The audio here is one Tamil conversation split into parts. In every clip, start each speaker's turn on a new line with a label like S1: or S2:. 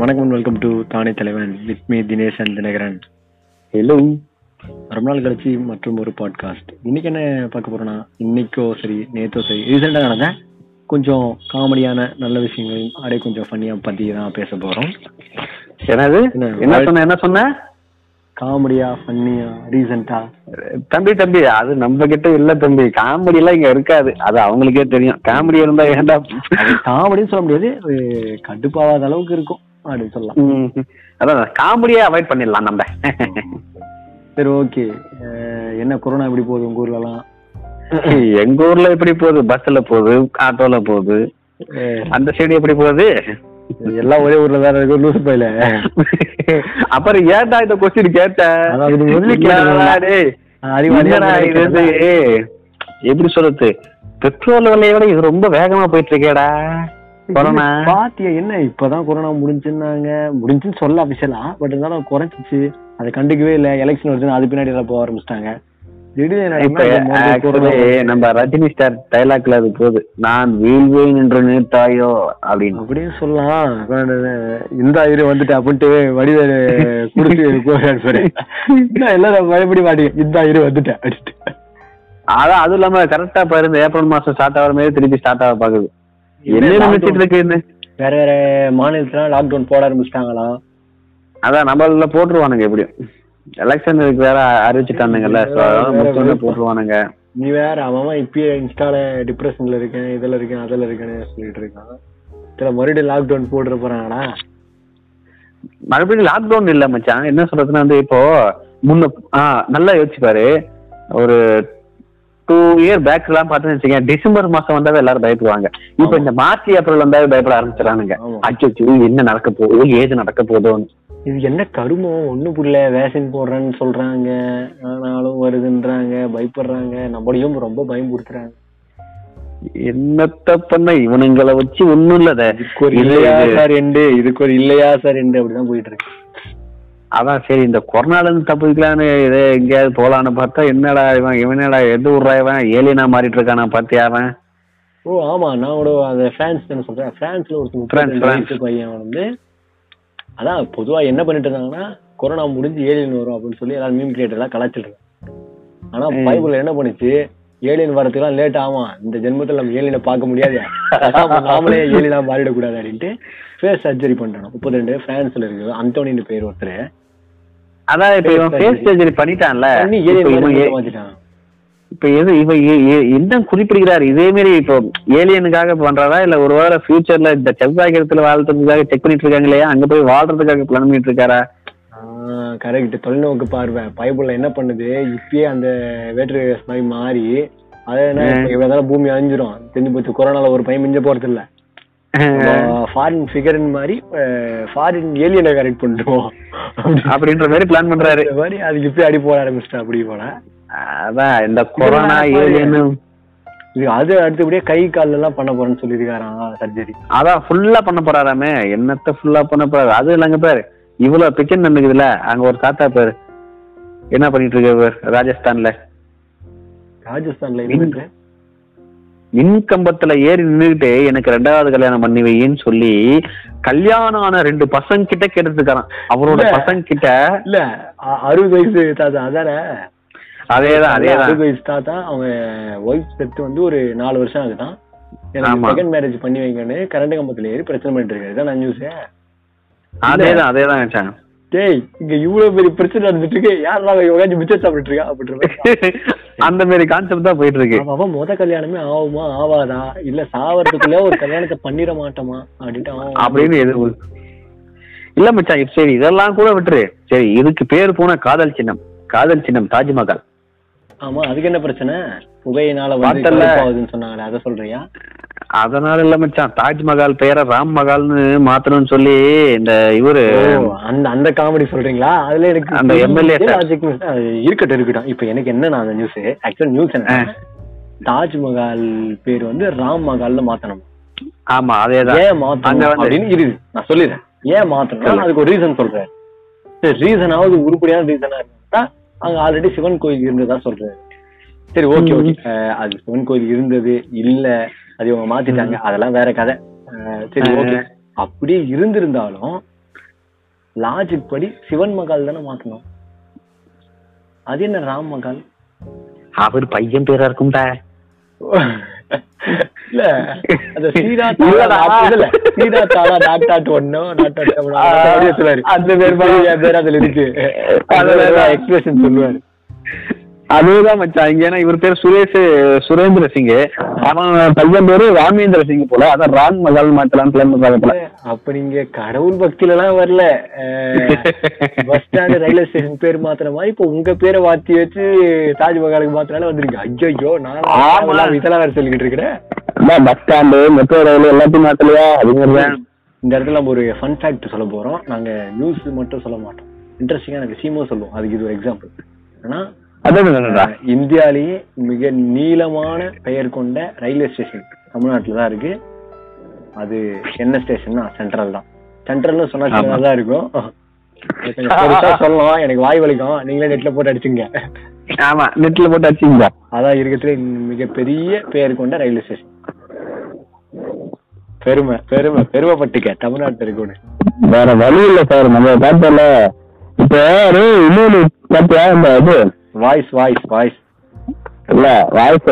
S1: வணக்கம் வெல்கம் டு தானே தலைவன் with me Dinesh and Dinakaran
S2: hello
S1: ரொம்ப நாள் கழிச்சு மற்றும் ஒரு பாட்காஸ்ட் இன்னைக்கு என்ன பார்க்க போறோம்னா இன்னைக்கோ சரி நேத்தோ சரி ரீசெண்டாக நடந்த கொஞ்சம் காமெடியான நல்ல விஷயங்கள் அப்படியே கொஞ்சம் ஃபன்னியா பத்தி தான் பேச போறோம்
S2: என்னது
S1: என்ன?
S2: என்ன சொன்ன என்ன சொன்ன
S1: காமெடியா ஃபன்னியா ரீசெண்டா
S2: தம்பி தம்பி அது நம்ம கிட்ட இல்ல தம்பி காமெடி எல்லாம் இங்க இருக்காது அது அவங்களுக்கே தெரியும் காமெடி இருந்தா ஏன்டா
S1: காமெடின்னு சொல்ல முடியாது ஒரு கடுப்பாவாத அளவுக்கு இருக்கும் அப்படின்னு சொல்லலாம்
S2: ம், அதான் காமெடியே அவாய்ட் பண்ணிடலாம் நம்ம
S1: சரி ஓகே என்ன கொரோனா எப்படி போகுது உங்க ஊர்லலாம்
S2: எங்க ஊர்ல எப்படி போகுது பஸ்ல போகுது ஆட்டோல போகுது
S1: அஹ்,
S2: அந்த சைடு எப்படி போகுது
S1: எல்லாம் ஒரே ஊர்ல தான் இருக்கும் லூசு பையில
S2: அப்புறம் ஏன்டா இந்த கொஸ்டின் கேட்ட
S1: அதாவது இது முதல்ல கேட்டது
S2: என்னடா
S1: தான்.
S2: டேய்?
S1: அறிவாளியா
S2: என்னடா இது
S1: இருக்கிறது.
S2: எப்படி சொல்றது பெட்ரோல் விலையை விட இது ரொம்ப வேகமா போயிட்டு இருக்கேடா கொரோனா
S1: பாத்தியா என்ன இப்பதான் கொரோனா முடிஞ்சுன்னாங்க முடிஞ்சுன்னு சொல்ல அபிஷியலா பட் இருந்தாலும் குறைஞ்சிச்சு அதை கண்டுக்கவே இல்ல எலெக்ஷன் வருதுன்னு அது பின்னாடி எல்லாம் போக ஆரம்பிச்சிட்டாங்க திடீர்னு என்ன
S2: இப்ப
S1: நடந்ததுன்னா, இந்த கொரோனா
S2: ஆக்சுவலி நம்ம ரஜினி ஸ்டார் டைலாக்ல அது போகுது நான் வீழ்வேன் என்று நினைத்தாயோ அப்படின்னு
S1: அப்படியே சொல்லலாம் இந்த ஐயர் வந்துட்டு அப்படின்ட்டு வடிவேலு குடிச்சு போறாரு இன்னும் எல்லாரும் பயப்படி மாட்டீங்க இந்த ஐயர் வந்துட்டேன் அப்படின்ட்டு
S2: அதான் அதுவும் இல்லாம கரெக்டா பாருங்க ஏப்ரல் மாசம் ஸ்டார்ட் ஆகிற மாதிரி திருப்பி ஸ்டார்ட் ஆக பாக்குது என்ன நினைச்சிட்டு இருக்குன்னு
S1: வேற வேற மாநிலத்துல லாக்டவுன் போட ஆரம்பிச்சிட்டாங்களாம்
S2: அதான் நம்மள போட்டுருவானுங்க எப்படியும் எலெக்ஷன் இருக்கு வேற அறிவிச்சுட்டானுங்கல்ல so அதனால முடிச்சோடனே போட்டுருவானுங்க
S1: நீ வேற அவன் அவன் இப்பயே இன்ஸ்டால டிப்ரெஷன்ல இருக்கேன் இதுல இருக்கேன் அதுல இருக்கேன்னு சொல்லிட்டு இருக்கான் இதுல மறுபடியும் லாக்டவுன் போட்டு போறாங்கடா
S2: மறுபடியும் லாக்டவுன் இல்ல மச்சான் என்ன சொல்றதுன்னா வந்து இப்போ முன்ன ஆஹ் நல்லா யோசிச்சு பாரு ஒரு டூ இயர் பேக் எல்லாம் பார்த்தேன்னு வச்சுக்கேன் டிசம்பர் மாசம் வந்தாவே எல்லாரும் பயப்படுவாங்க இப்ப இந்த மார்ச் ஏப்ரல் வந்தாவே பயப்பட ஆரம்பிச்சிடறானுங்க
S1: ஆமா.
S2: அச்சோ என்ன நடக்க போகுது ஏது நடக்க போதோன்னு
S1: இது என்ன கருமோ ஒண்ணு புள்ள வேக்சின் போடுறேன்னு சொல்றாங்க ஆனாலும் வருதுன்றாங்க பயப்படுறாங்க நம்மளையும் ரொம்ப பயமுறுத்துறாங்க
S2: என்னத்த பண்ண இவனுங்களை வச்சு ஒண்ணும் இல்லத
S1: இதுக்கு ஒரு இல்லையா சார் எண்டு இதுக்கு ஒரு இல்லையா சார் எண்டு அப்படிதான் போயிட்டு இருக்கு
S2: அதான் சரி இந்த கொரோனால இருந்து தப்பிக்கலான்னு இதே எங்கேயாவது போலான்னு பார்த்தா என்னடா இவன் இவனடா எது விடுறா இவன் ஏலியனா மாறிட்டு இருக்கானா பாத்தியா அவன்
S1: ஓ ஆமா நான் கூட அந்த பிரான்ஸ் தானே சொல்றேன் பிரான்ஸ்ல ஒரு
S2: பிரான்ஸ்,
S1: முப்பத்தி
S2: பிரான்ஸ்.
S1: வயசு பையன் வந்து அதான் பொதுவா என்ன பண்ணிட்டு இருந்தாங்கன்னா கொரோனா முடிஞ்சு ஏலியன் வரும் அப்படின்னு சொல்லி எல்லாரும் மீம் கிரியேட்டர் எல்லாம் கலாச்சிட்டு இருக்காங்க ஆனா பைபிள் என்ன பண்ணுச்சு ஏலியன் வரதுக்குலாம் லேட் ஆகும் இந்த ஜென்மத்துல நம்ம ஏலியனை பார்க்க முடியாது நாம நாமளே ஏலியனா மாறிடக்கூடாது அப்படின்ட்டு ஃபேஸ் சர்ஜரி பண்றான் முப்பத்தி ரெண்டு பிரான்ஸ்ல இருக்கு அந்தோனின்னு பேர் ஒருத்தர்
S2: அதான் இப்ப இவன் ஃபேஸ் சர்ஜரி பண்ணிட்டான்ல இப்ப இவன் ஏ-
S1: ஏலியன்
S2: இப்ப எது இவ ஏ- ஏ- என்ன குறிப்பிடுகிறார் இதே மாதிரி இப்போ ஏலியனுக்காக பண்றதா இல்ல ஒருவேளை ஃபியூச்சர்ல இந்த செவ்வாய் கிரகத்துல வாழ்றதுக்காக செக் பண்ணிட்டு இருக்காங்க இல்லையா அங்க போய் வாழ்றதுக்காக பிளான் பண்ணிட்டு இருக்காரா
S1: கரெக்ட் தொலைநோக்கு பார்வை பைபிள்ல என்ன பண்ணுது இப்பயே அந்த வேற்று வேஸ் மாதிரி மாறி அது என்ன இவ்வளவு பூமி அழிஞ்சிரும் தெரிஞ்சு போச்சு கொரோனால ஒரு பையன் மிஞ்ச போறது இல்ல ஃபாரின் ஃபிகர்னு மாதிரி ஃபாரின் ஏலியனை கரெக்ட் பண்ணிடுவோம் அப்படி-
S2: அப்படின்ற மாதிரி பிளான் பண்றாரு
S1: இந்த மாதிரி அதுக்கு இப்பயே அடி போட ஆரம்பிச்சிட்டா அப்படி போல
S2: அதான் இந்த கொரோனா ஏலியன்
S1: இது அது அடுத்தபடியே கை கால்ல எல்லாம் பண்ண போறேன்னு சொல்லியிருக்காராம் சர்ஜரி
S2: அதான் ஃபுல்லா பண்ண போறாராமே என்னத்த ஃபுல்லா பண்ண போறாரு அது இல்லைங்க பாரு இவ்வளவு பிச்சன் நடக்குதுல அங்க ஒரு தாத்தா பேரு என்ன பண்ணிட்டு இருக்காரு பாரு, ராஜஸ்தான்ல
S1: ராஜஸ்தான்ல இருந்து
S2: மின்கம்பத்துல ஏறி நின்றுகிட்டு எனக்கு ரெண்டாவது கல்யாணம் பண்ணி வையின்னு சொல்லி கல்யாணம் ஆன ரெண்டு பசங்க கிட்ட கேட்டுருக்காராம் அவரோட
S1: இல்ல.
S2: பசங்க கிட்ட
S1: இல்ல அ- அறுபது வயசு தாத்தா அதானே
S2: அதேதான் அதேதான்
S1: அறுபது வயசு தாத்தா அவங்க ஒய்ஃப் செத்து வந்து ஒரு நாலு வருஷம் ஆகுதான்
S2: ஆமா.
S1: எனக்கு செகண்ட் மேரேஜ் பண்ணி வைங்கன்னு கரண்ட் கம்பத்துல ஏறி பிரச்சனை பண்ணிட்டு இருக்காரு இதான் நான் நியூஸ்
S2: அதேதான் அதேதான் மச்சான்.
S1: டேய் இங்க இவ்வளவு பெரிய பிரச்சனை நடந்துட்டு இருக்கு யாரெல்லாம் உட்காந்து மிச்சம் சாப்பிட்டு இருக்கா அப்படின்ற மாதிரி.
S2: அந்த மாதிரி கான்செப்ட் தான் போயிட்டு இருக்கு
S1: அவன் அவன் முத கல்யாணமே ஆகுமா ஆவாதா இல்ல சாவறதுக்குள்ள ஒரு கல்யாணத்தை பண்ணிட மாட்டோமா அப்படின்ட்டு அவன்
S2: அப்படின்னு எது இல்ல மச்சான் இப்ப சரி இதெல்லாம் கூட விட்டுரு சரி இதுக்கு பேர் போன காதல் சின்னம் காதல் சின்னம் தாஜ்மஹால்
S1: ஆமா அதுக்கு என்ன பிரச்சனை புகையினால வந்து
S2: பார்த்தல்ல.
S1: கடுப்பாகுதுன்னு சொன்னாங்களே அதை சொல்றியா
S2: அதனால இல்ல மச்சான் தாஜ்மஹால் பெயரை ராம் மகால்னு மாத்தணும்னு சொல்லி இந்த இவரு
S1: ஓ, அந்த அந்த காமெடி சொல்றீங்களா அதுல எனக்கு
S2: அந்த MLA
S1: பெரிய logic miss தான். அது இருக்கட்டும் இருக்கட்டும் இப்ப எனக்கு என்ன நான் அந்த நியூஸ் ஆக்சுவல் நியூஸ் என்ன தாஜ்மஹால் பேர் வந்து ராம் மஹால்ல மாத்தணும்
S2: ஆமா அதேதான்
S1: ஏன்
S2: அங்க
S1: மாத்தணும்
S2: வந்து-
S1: அப்படின்னு இரு நான் சொல்லிடுறேன் ஏன் மாத்தணும் அதுக்கு ஒரு ரீசன் சொல்றேன் சரி ரீசனாவது உருப்படியான ரீசனா இருந்தா அங்க ஆல்ரெடி சிவன் கோயில் இருந்ததா சொல்றேன் சரி ஓகே ஓகே அது சிவன் கோயில் இருந்தது இல்ல அது இவங்க மாத்திட்டாங்க அதெல்லாம் வேற கதை அஹ் சரி ஓகே அப்படியே இருந்திருந்தாலும் லாஜிக் படி சிவன் மகால் தானே மாத்தணும் அது என்ன ராம் மகால்
S2: அவர் பையன் பேரா இருக்கும்டா
S1: இல்ல அந்த சீரா தாரா
S2: இல்லடா.
S1: dot- இல்ல, இல்ல, சீரா தாரா dot dot ஒண்ணு, dot dot ஒண்ணு, அப்படியே சொல்லுவாரு.
S2: அந்த பேர் தான்.
S1: என் பேர் அதுல இருக்கு. அதுல
S2: அதுதான்.
S1: expression சொல்லுவாரு.
S2: அதுதான் மச்சான் இங்க ஏன்னா இவர் பேர் சுரேஷ் சுரேந்திர சிங் அவன் பையன் பேரு ராமேந்திர சிங் போல அதான் ராம் மகால் மாத்தலாம் பிளான் பண்றாங்க
S1: அப்ப நீங்க கடவுள் பக்தியில எல்லாம் வரல பஸ் ஸ்டாண்ட் ரயில்வே ஸ்டேஷன் பேர் மாத்துற மாதிரி இப்ப உங்க பேரை மாத்தி வச்சு தாஜ்மஹாலுக்கு மாத்தினால வந்திருக்கு ஐயோ ஐயோ
S2: ஆமா.
S1: நான் இதெல்லாம் வேற சொல்லிக்கிட்டு இருக்கிறேன்
S2: பஸ் ஸ்டாண்டு மெட்ரோ ரயில் எல்லாத்தையும் மாத்தலையா அப்படிங்கிறதான்
S1: இந்த இடத்துல நம்ம ஒரு ஃபன் ஃபேக்ட் சொல்ல போறோம் நாங்க நியூஸ் மட்டும் சொல்ல மாட்டோம் இன்ட்ரெஸ்டிங்கா எனக்கு சீமோ சொல்லுவோம் அதுக்கு இது ஒரு எக்ஸாம்பிள் ஆனா
S2: அதான்
S1: இந்தியாலேயே மிக நீளமான பெயர் கொண்ட ரயில்வே ஸ்டேஷன் தமிழ்நாட்டுல தான் இருக்கு அது என்ன ஸ்டேஷன்னா சென்ட்ரல் தான் சென்ட்ரல்னு சொன்னா
S2: ஆமா.
S1: சின்னதா தான் இருக்கும் கொஞ்சம் பெருசா சொல்லலாம் எனக்கு வாய் வலிக்கும் நீங்களே நெட்ல போட்டு அடிச்சுங்க
S2: ஆமா நெட்ல போட்டு அடிச்சீங்களா
S1: அதான் இருக்கிறதுல மிகப்பெரிய பெயர் கொண்ட ரயில்வே ஸ்டேஷன் பெருமை பெருமை பெருமைப்பட்டுக்க தமிழ்நாட்டுல இருக்குன்னு
S2: வேற வழி இல்ல சார் நம்ம பார்த்தல இப்ப ஒரு இன்னொரு பார்த்தியா இந்த இது
S1: வாய்ஸ் வாய்ஸ் வாய்ஸ்
S2: இல்ல வாய்ஸ்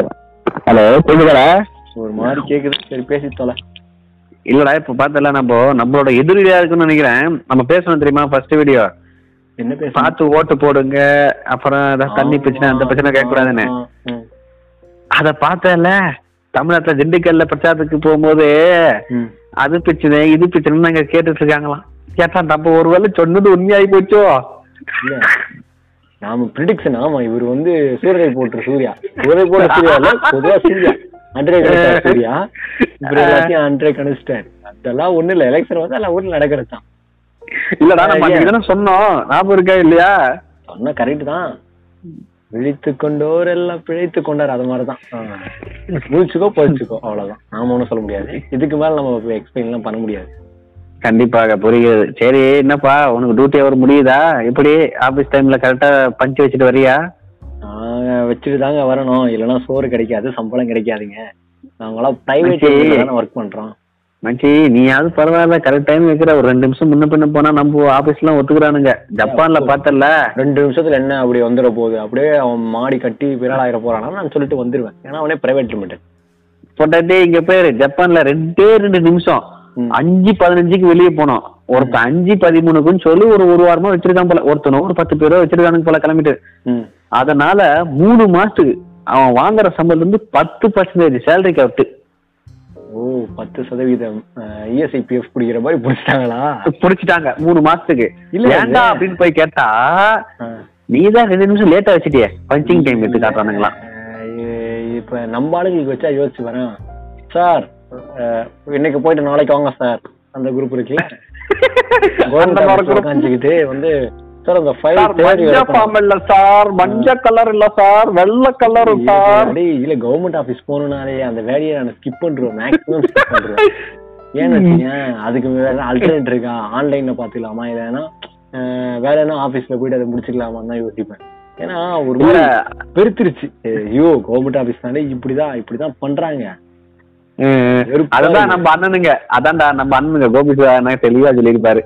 S2: ஹலோ கேக்குதாடா
S1: ஒரு மாதிரி கேக்குது சரி பேசி தொலை
S2: இல்லடா இப்ப பார்த்தல நம்ம நம்மளோட எதிரியா இருக்குன்னு நினைக்கிறேன் நம்ம பேசணும் தெரியுமா ஃபர்ஸ்ட் வீடியோ
S1: என்ன பேச
S2: பார்த்து ஓட்டு போடுங்க அப்புறம் ஏதாவது தண்ணி பிரச்சனை அந்த பிரச்சனை கேட்கக்கூடாதுன்னு அத பார்த்தல தமிழ்நாட்டுல திண்டுக்கல்ல பிரச்சாரத்துக்கு போகும்போது அது பிரச்சனை இது பிரச்சனைன்னு நாங்க கேட்டுட்டு இருக்காங்களாம் கேட்டா நம்ம ஒருவேளை சொன்னது உண்மையாகி போச்சோ
S1: இல்ல நாம ப்ரிடிக்ஷன் ஆமா இவர் வந்து சூரியனை போட்டு சூர்யா சூரிய போட்டு சூர்யா இல்ல பொதுவா சூர்யா அன்றே கணிச்சார் சூர்யா இவர் எல்லாத்தையும் அன்றே கணிச்சிட்டார் அதெல்லாம் ஒண்ணு இல்ல எலெக்ஷன் வந்து எல்லாம் ஊர்ல நடக்கிறது தான்
S2: இல்லடா நம்ம
S1: ஏன்?
S2: அன்னைக்கு தானே சொன்னோம் ஞாபகம் இருக்கா இல்லையா
S1: சொன்னா கரெக்ட் தான் விழித்து கொண்டோர் எல்லாம் பிழைத்து கொண்டார் அது மாதிரிதான் ஆ. முழிச்சுக்கோ பொழிச்சுக்கோ அவ்வளவுதான் நாம ஒண்ணும் சொல்ல முடியாது இதுக்கு மேல நம்ம எக்ஸ்பிளைன் எல்லாம் பண்ண முடியாது
S2: கண்டிப்பாக புரியுது சரி என்னப்பா உனக்கு டியூட்டி அவர் முடியுதா எப்படி ஆபீஸ் டைம்ல கரெக்டா பஞ்சு வச்சுட்டு வரியா
S1: நாங்க வச்சுட்டு தாங்க வரணும் இல்லைன்னா சோறு கிடைக்காது சம்பளம் கிடைக்காதுங்க நாங்களாம்
S2: சரி.
S1: பிரைவேட் ஒர்க் பண்றோம்
S2: மச்சி நீயாவது பரவாயில்ல கரெக்ட் டைம் வைக்கிற ஒரு ரெண்டு நிமிஷம் முன்ன பின்ன போனா நம்ம ஆபீஸ்லாம் ஒத்துக்குறானுங்க ஜப்பான்ல பார்த்தல
S1: ரெண்டு நிமிஷத்துல என்ன அப்படி வந்துட போகுது அப்படியே அவன் மாடி கட்டி பிறாலாயிர போறானா நான் சொல்லிட்டு வந்துருவேன் ஏன்னா அவனே பிரைவேட் லிமிடெட்
S2: போட்டாட்டி இங்க பேரு ஜப்பான்ல ரெண்டே ரெண்டு நிமிஷம்
S1: ம்.
S2: அஞ்சு பதினஞ்சுக்கு வெளியே போனோம் ஒருத்தன் அஞ்சு பதிமூணுக்குன்னு சொல்லி ஒரு ஒரு வாரமா வச்சிருக்கான் போல ஒருத்தனும் ஒரு பத்து பேரோ வச்சிருக்கானுங்க போல கிளம்பிட்டு அதனால மூணு மாசத்துக்கு அவன் வாங்குற சம்பளத்துல இருந்து பத்து பர்சன்டேஜ் சேலரி கவுட்டு
S1: ஓ பத்து சதவீதம் E இஎஸ்ஐபிஎஃப் பிடிக்கிற மாதிரி பிடிச்சிட்டாங்களா
S2: புடிச்சிட்டாங்க மூணு மாசத்துக்கு
S1: இல்ல, இல்ல.
S2: ஏன்டா அப்படின்னு போய் கேட்டா
S1: ஆஹ்.
S2: நீதான் ரெண்டு நிமிஷம் லேட்டா வச்சிட்டியே பஞ்சிங் டைம் எடுத்து காட்டுறானுங்களா
S1: ஆஹ் இ- இப்ப நம்ம ஆளுங்களுக்கு வச்சா யோசிச்சு வரேன் சார் ஆஹ், இன்னைக்கு போயிட்டு நாளைக்கு வாங்க சார் அந்த குரூப் இருக்குல்ல
S2: அந்த மாதிரி
S1: கவர்மெண்ட்
S2: group.
S1: உட்காந்துக்கிட்டு வந்து சார் அந்த ஃபைல்
S2: சார்,
S1: தேடி
S2: மஞ்ச
S1: வரப்போம்.
S2: பாம்பு இல்ல சார் மஞ்ச கலர் இல்ல சார் வெள்ளை கலர் சார்
S1: டேய், இல்ல கவர்மெண்ட் ஆபீஸ் போகணும்னாலே அந்த வேலையை நான் ஸ்கிப் பண்றோம் மேக்ஸிமம் ஸ்கிப் பண்றோம் ஏன்னு வச்சுக்கேன் அதுக்கு வேற அல்டர்னேட் இருக்கா ஆன்லைன்ல பாத்துக்கலாமா இல்லைன்னா அஹ், வேற என்ன ஆபீஸ்ல போயிட்டு அதை முடிச்சுக்கலாமா தான் யோசிப்பேன் ஏன்னா ஒரு
S2: இல்ல
S1: மாதிரி பெருத்துருச்சு ஐயோ கவர்மெண்ட் ஆபீஸ்னாலே இப்படிதான் இப்படிதான் பண்றாங்க
S2: ம்,
S1: வெறுப்பா
S2: அதுதான்
S1: இருக்கு.
S2: நம்ம அண்ணனுங்க அதான்டா நம்ம அண்ணனுங்க கோபி சார் அண்ணா தெளிவா சொல்லியிருப்பாரு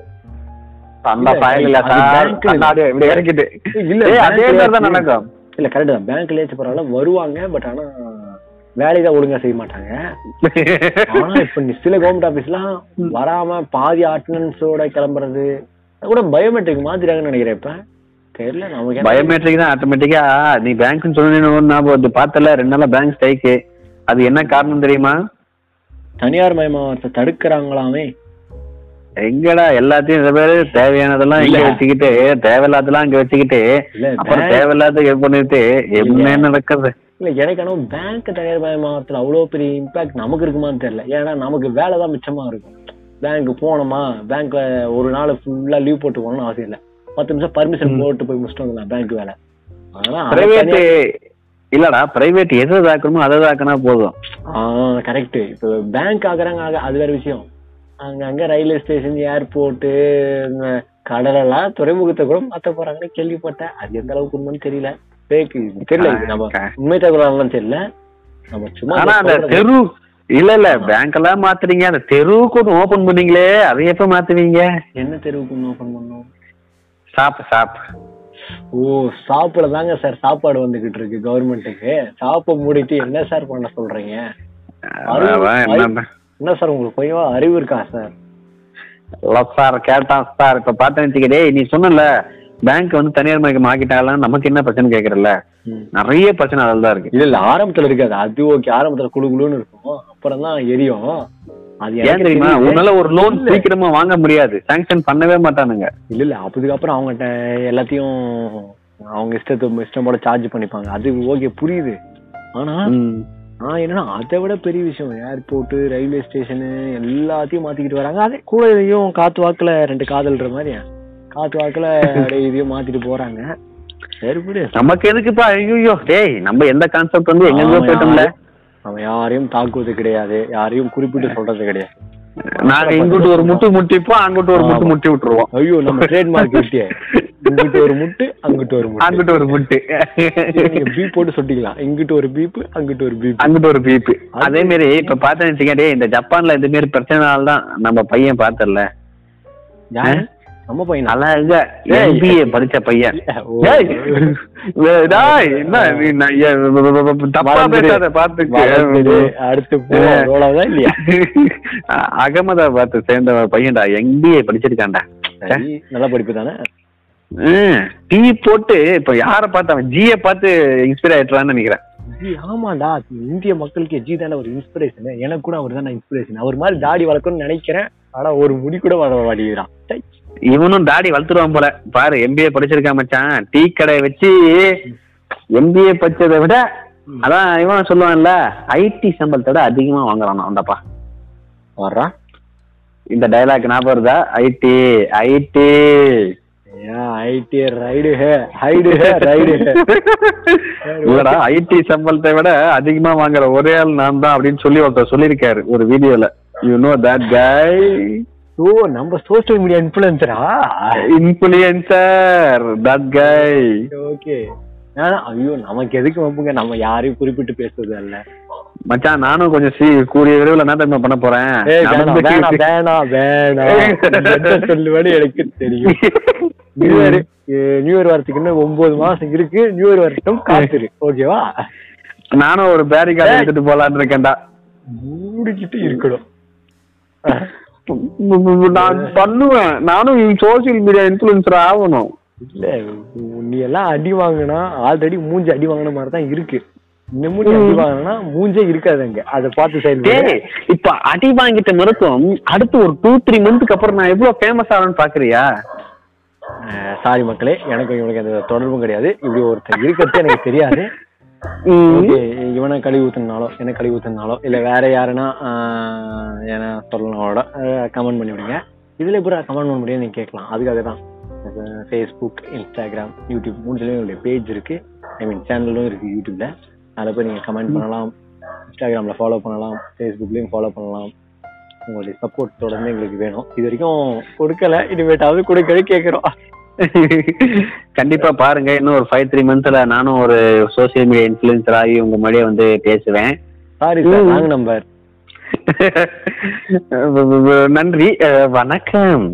S2: அந்த
S1: இல்ல,
S2: பயன் இல்ல
S1: அது
S2: சார்
S1: bank இல்ல.
S2: கண்ணாடி இப்படி இறக்கிட்டு
S1: இல்ல,
S2: ஏய்,
S1: bank
S2: அதே
S1: இல்ல.
S2: மாதிரி தான் நடக்கும்
S1: இல்ல கரெக்ட் தான் பேங்க்ல ஏச்சு பரவாயில்ல வருவாங்க பட் ஆனா வேலையை தான் ஒழுங்கா செய்ய மாட்டாங்க ஆனா இப்ப நீ சில கவர்மெண்ட் ஆபீஸ்லாம் வராம பாதி அட்டண்டன்ஸோட கிளம்புறது அது கூட பயோமெட்ரிக் மாத்திராங்கன்னு நினைக்கிறேன் இப்ப தெரியல நமக்கு என்ன-
S2: பயோமெட்ரிக் தான் ஆட்டோமேட்டிக்கா நீ பேங்க்னு சொன்னேன்னு ஞாபகம் வந்து பார்த்தல ரெண்டு நாளா பேங்க் ஸ்ட்ரைக்கு அது என்ன காரணம் தெரியுமா
S1: தனியார் மயமாவத்தை தடுக்கிறாங்களாமே
S2: எங்கடா எல்லாத்தையும் இந்த பேரு தேவையானதெல்லாம் இங்க
S1: இல்ல.
S2: வச்சுக்கிட்டு தேவையில்லாதெல்லாம் அங்க வச்சுக்கிட்டு
S1: இல்ல,
S2: அப்புறம்
S1: bank-
S2: தேவையில்லாத இது பண்ணிட்டு என்ன நடக்கிறது
S1: இல்ல எனக்கு ஆனா பேங்க் தனியார் மயமாவத்துல அவ்வளவு பெரிய இம்பாக்ட் நமக்கு இருக்குமான்னு தெரியல ஏன்னா நமக்கு வேலை தான் மிச்சமா இருக்கும் பேங்க் போனோமா பேங்க்ல ஒரு நாள் ஃபுல்லா லீவ் போட்டு போகணும்னு அவசியம் இல்ல பத்து நிமிஷம் பர்மிஷன் போட்டு போய் முடிச்சுட்டு வந்துடலாம் பேங்க் வேலை ஆனா அது
S2: பிரைவேட்
S1: தனியா-
S2: இல்லடா பிரைவேட் எது தாக்கணுமோ அதை தாக்கினா போதும்
S1: ஆஹ் கரெக்ட் இப்போ பேங்க் ஆகுறாங்க ஆக அது வேற விஷயம் அங்க அங்க ரயில்வே ஸ்டேஷன் ஏர்போர்ட்டு கடலெல்லாம் துறைமுகத்தை கூட மாத்த போறாங்கன்னு கேள்விப்பட்டேன் அது எந்த அளவுக்கு உண்மைன்னு தெரியல fake. தெரியல இது நம்ம உண்மை தகவலாம் தெரியல நம்ம சும்மா
S2: ஆனா அந்த
S1: சொல்றது.
S2: தெரு இல்ல இல்ல பேங்க் எல்லாம் மாத்துறீங்க அந்த தெருவுக்கு ஒன்று ஓபன் பண்ணீங்களே அதை எப்ப மாத்துவீங்க
S1: என்ன தெருவுக்கு ஒன்று ஓப்பன் பண்ணோம்
S2: ஷாப் ஷாப்
S1: ஓ ஷாப்புல தாங்க சார் சாப்பாடு வந்துகிட்டு இருக்கு கவர்மெண்ட்டுக்கு ஷாப்பை மூடிட்டு என்ன சார் பண்ண சொல்றீங்க
S2: அவன் அவன் என்ன
S1: என்ன சார் உங்களுக்கு போயவா அறிவு இருக்கா சார்
S2: லவ் சார் கேட்டான் சார் இப்ப பார்த்தேன்னு டேய் நீ சொன்னல பேங்க் வந்து தனியார் மயக்கம் ஆக்கிட்டாங்களா நமக்கு என்ன பிரச்சனை கேக்குறல
S1: ம்.
S2: நிறைய பிரச்சனை அதில் தான் இருக்கு
S1: இல்ல இல்ல ஆரம்பத்துல இருக்காது அது ஓகே ஆரம்பத்துல குளு குளுன்னு இருக்கும் அப்புறம் தான் எரியும் அது
S2: ஏன்
S1: எனக்கு
S2: தெரியுமா
S1: தெரியல.
S2: உன்னால ஒரு லோன் சீக்கிரமா வாங்க முடியாது சாங்ஷன் பண்ணவே மாட்டானுங்க
S1: இல்ல இல்ல அதுக்கப்புறம் அவங்ககிட்ட எல்லாத்தையும் அவங்க இஷ்டத்து இஷ்டம் போல சார்ஜ் பண்ணிப்பாங்க அது ஓகே புரியுது ஆனா
S2: ம்.
S1: நான் என்னன்னா அதை விட பெரிய விஷயம் ஏர்போர்ட் ரயில்வே ஸ்டேஷனு எல்லாத்தையும் மாத்திக்கிட்டு வராங்க அதே கூட இதையும் காத்து வாக்குல ரெண்டு காதல்ன்ற மாதிரி காத்து வாக்குல அப்படியே இதையும் மாத்திட்டு போறாங்க சரி விடு.
S2: நமக்கு எதுக்குப்பா ஐயோ டேய் நம்ம எந்த கான்செப்ட் வந்து எங்கெங்கயோ
S1: அவன்
S2: போயிட்டோம்ல
S1: யாரையும்- அவன் யாரையும் தாக்குவது கிடையாது யாரையும் குறிப்பிட்டு சொல்றது கிடையாது
S2: நாங்க இங்கிட்டு ஒரு முட்டு முட்டிப்போம் அங்கிட்டு ஒரு முட்டு
S1: ஆமா.
S2: முட்டி விட்டுருவோம்
S1: ஐயோ நம்ம ட்ரேட்மார்க் விட்டியே இங்கிட்டு ஒரு முட்டு அங்கிட்டு ஒரு முட்டு
S2: அங்கிட்டு ஒரு முட்டு
S1: நீங்க பீப் போட்டு சொட்டிக்கலாம் இங்கிட்டு ஒரு பீப்பு அங்கிட்டு ஒரு பீப்
S2: அங்கிட்டு ஒரு பீப்பு அதே மாதிரி இப்ப பார்த்தேன்னு வச்சுக்கோங்க, டேய் இந்த ஜப்பான்ல இந்த மாதிரி பிரச்சனைனால தான் நம்ம பையன் பார்த்தல
S1: யாரு நம்ம பையனா
S2: அழகா
S1: ஏய்.
S2: எம்பிஏ படிச்ச பையன்
S1: ஓ.
S2: ஏய், வே- டேய், என்ன நீ நான் ஏ- வ- வ- வ- வ- தப்பா
S1: மறந்துடு.
S2: பேசாத
S1: மறந்துடு.
S2: பாத்துக்கு
S1: அடுத்து போவோம். அவ்வளவுதான் இல்லையா
S2: அ- அகமதாபாத்தை சேர்ந்த ஒரு பையன்டா எம்பிஏ படிச்சிருக்கான்டா
S1: சரி, நல்ல படிப்பு தானே
S2: டீ போட்டு இப்ப யார பார்த்து அவன் ஜிய பார்த்து இன்ஸ்பைர் ஆயிட்டான்னு நினைக்கிறேன்
S1: ஜி ஆமாடா இந்திய மக்களுக்கு ஜி தானே ஒரு இன்ஸ்பிரேஷன் எனக்கு கூட அவர் தானே இன்ஸ்பிரேஷன் அவர் மாதிரி தாடி வளர்க்கணும்னு நினைக்கிறேன் ஆனா ஒரு முடி கூட வர வாடிக்கிறான் சை.
S2: இவனும் தாடி வளர்த்துருவான் போல பாரு எம்பிஏ படிச்சிருக்கான் மச்சான் டீ கடையை வச்சு எம்பிஏ படிச்சதை விட அதான் இவன் சொல்லுவான்ல ஐடி சம்பளத்தோட அதிகமா வாங்குறான் அந்தப்பா
S1: வர்றா
S2: இந்த டயலாக் ஞாபகம் வருதா ஐடி ஐடி
S1: ஏன் IT ride hey hide hey ride hey
S2: இல்லடா ஐடி சம்பளத்தை விட அதிகமா வாங்குற ஒரே ஆள் நான் தான் அப்படின்னு சொல்லி ஒருத்தர் சொல்லியிருக்காரு ஒரு வீடியோல you know that guy
S1: oh நம்ம சோஷியல் மீடியா இன்ஃபுளுசரா
S2: இன்ஃபுளுசர் தட் கை
S1: ஓகே ஆனா ஐயோ நமக்கு எதுக்கு வம்புங்க நம்ம யாரையும் குறிப்பிட்டு பேசுறது இல்ல
S2: மச்சான் நானும் கொஞ்சம் சீ கூடிய விரைவில் என்ன தெரியுமா பண்ண போறேன்
S1: ஏய்,
S2: நான்
S1: வேணாம்,
S2: வந்து-
S1: வேணாம், வேணாம், வேணாம். என்ன சொல்லுவேன்னு எனக்கு தெரியும் new year ah, new year வரத்துக்கு இன்னும் ஒன்பது மாசம் இருக்கு நியூ இயர் வரட்டும் காத்திரு ஓகேவா
S2: நானும் ஒரு பேரிகார்டு எடுத்துட்டு போலான்னு இருக்கேன்டா
S1: மூடிக்கிட்டு இருக்கணும்
S2: நான் பண்ணுவேன் நானும் சோசியல் மீடியா இன்ஃபுளுசர் ஆகணும்
S1: இல்ல நீ எல்லாம் அடி வாங்கினா ஆல்ரெடி மூஞ்சி அடி வாங்கின மாதிரி தான் இருக்கு இன்னமும் நீ அடி வாங்கினா மூஞ்சே இருக்காது அங்க அதை பார்த்து
S2: டேய்
S1: செயல்படு
S2: இப்ப அடி வாங்கிட்ட மருத்துவம் அடுத்து ஒரு டூ த்ரீ மந்த்துக்கு அப்புறம் நான் எவ்வளவு ஃபேமஸ் ஆகணும்னு பாக்குறியா
S1: சாரி மக்களே எனக்கும் இவனுக்கு அந்த தொடர்பும் கிடையாது இப்படி ஒருத்தர் இருக்கிறது எனக்கு தெரியாது ஓகே இவனை கழுவி ஊத்துனாலோ என்ன கழுவி ஊத்துனாலோ இல்ல வேற யாருன்னா ஆஹ், என்ன சொல்லனோட கமெண்ட் பண்ணி விடுங்க இதுல எப்படி கமெண்ட் பண்ண முடியும் நீங்க கேட்கலாம் அதுக்காக தான் ஃபேஸ்புக் இன்ஸ்டாகிராம் யூடியூப் மூணுலயும் என்னுடைய பேஜ் இருக்கு ஐ மீன் சேனலும் இருக்கு யூடியூப்ல அதில் போய் நீங்க கமெண்ட் பண்ணலாம் இன்ஸ்டாகிராம்ல ஃபாலோ பண்ணலாம் ஃபேஸ்புக்லயும் ஃபாலோ பண்ணலாம் உங்களுடைய சப்போர்ட் தொடர்ந்து எங்களுக்கு வேணும் இது வரைக்கும் கொடுக்கல இனிமேட்டாவது கொடுக்கவே கேட்குறோம்
S2: கண்டிப்பா பாருங்க இன்னும் ஒரு ஃபைவ் த்ரீ மந்த்ஸ்ல நானும் ஒரு சோசியல் மீடியா இன்ஃபுளுசர் ஆகி உங்க முன்னாடியே வந்து பேசுவேன்
S1: சாரி சார் ராங் நம்பர்
S2: நன்றி அஹ், வணக்கம்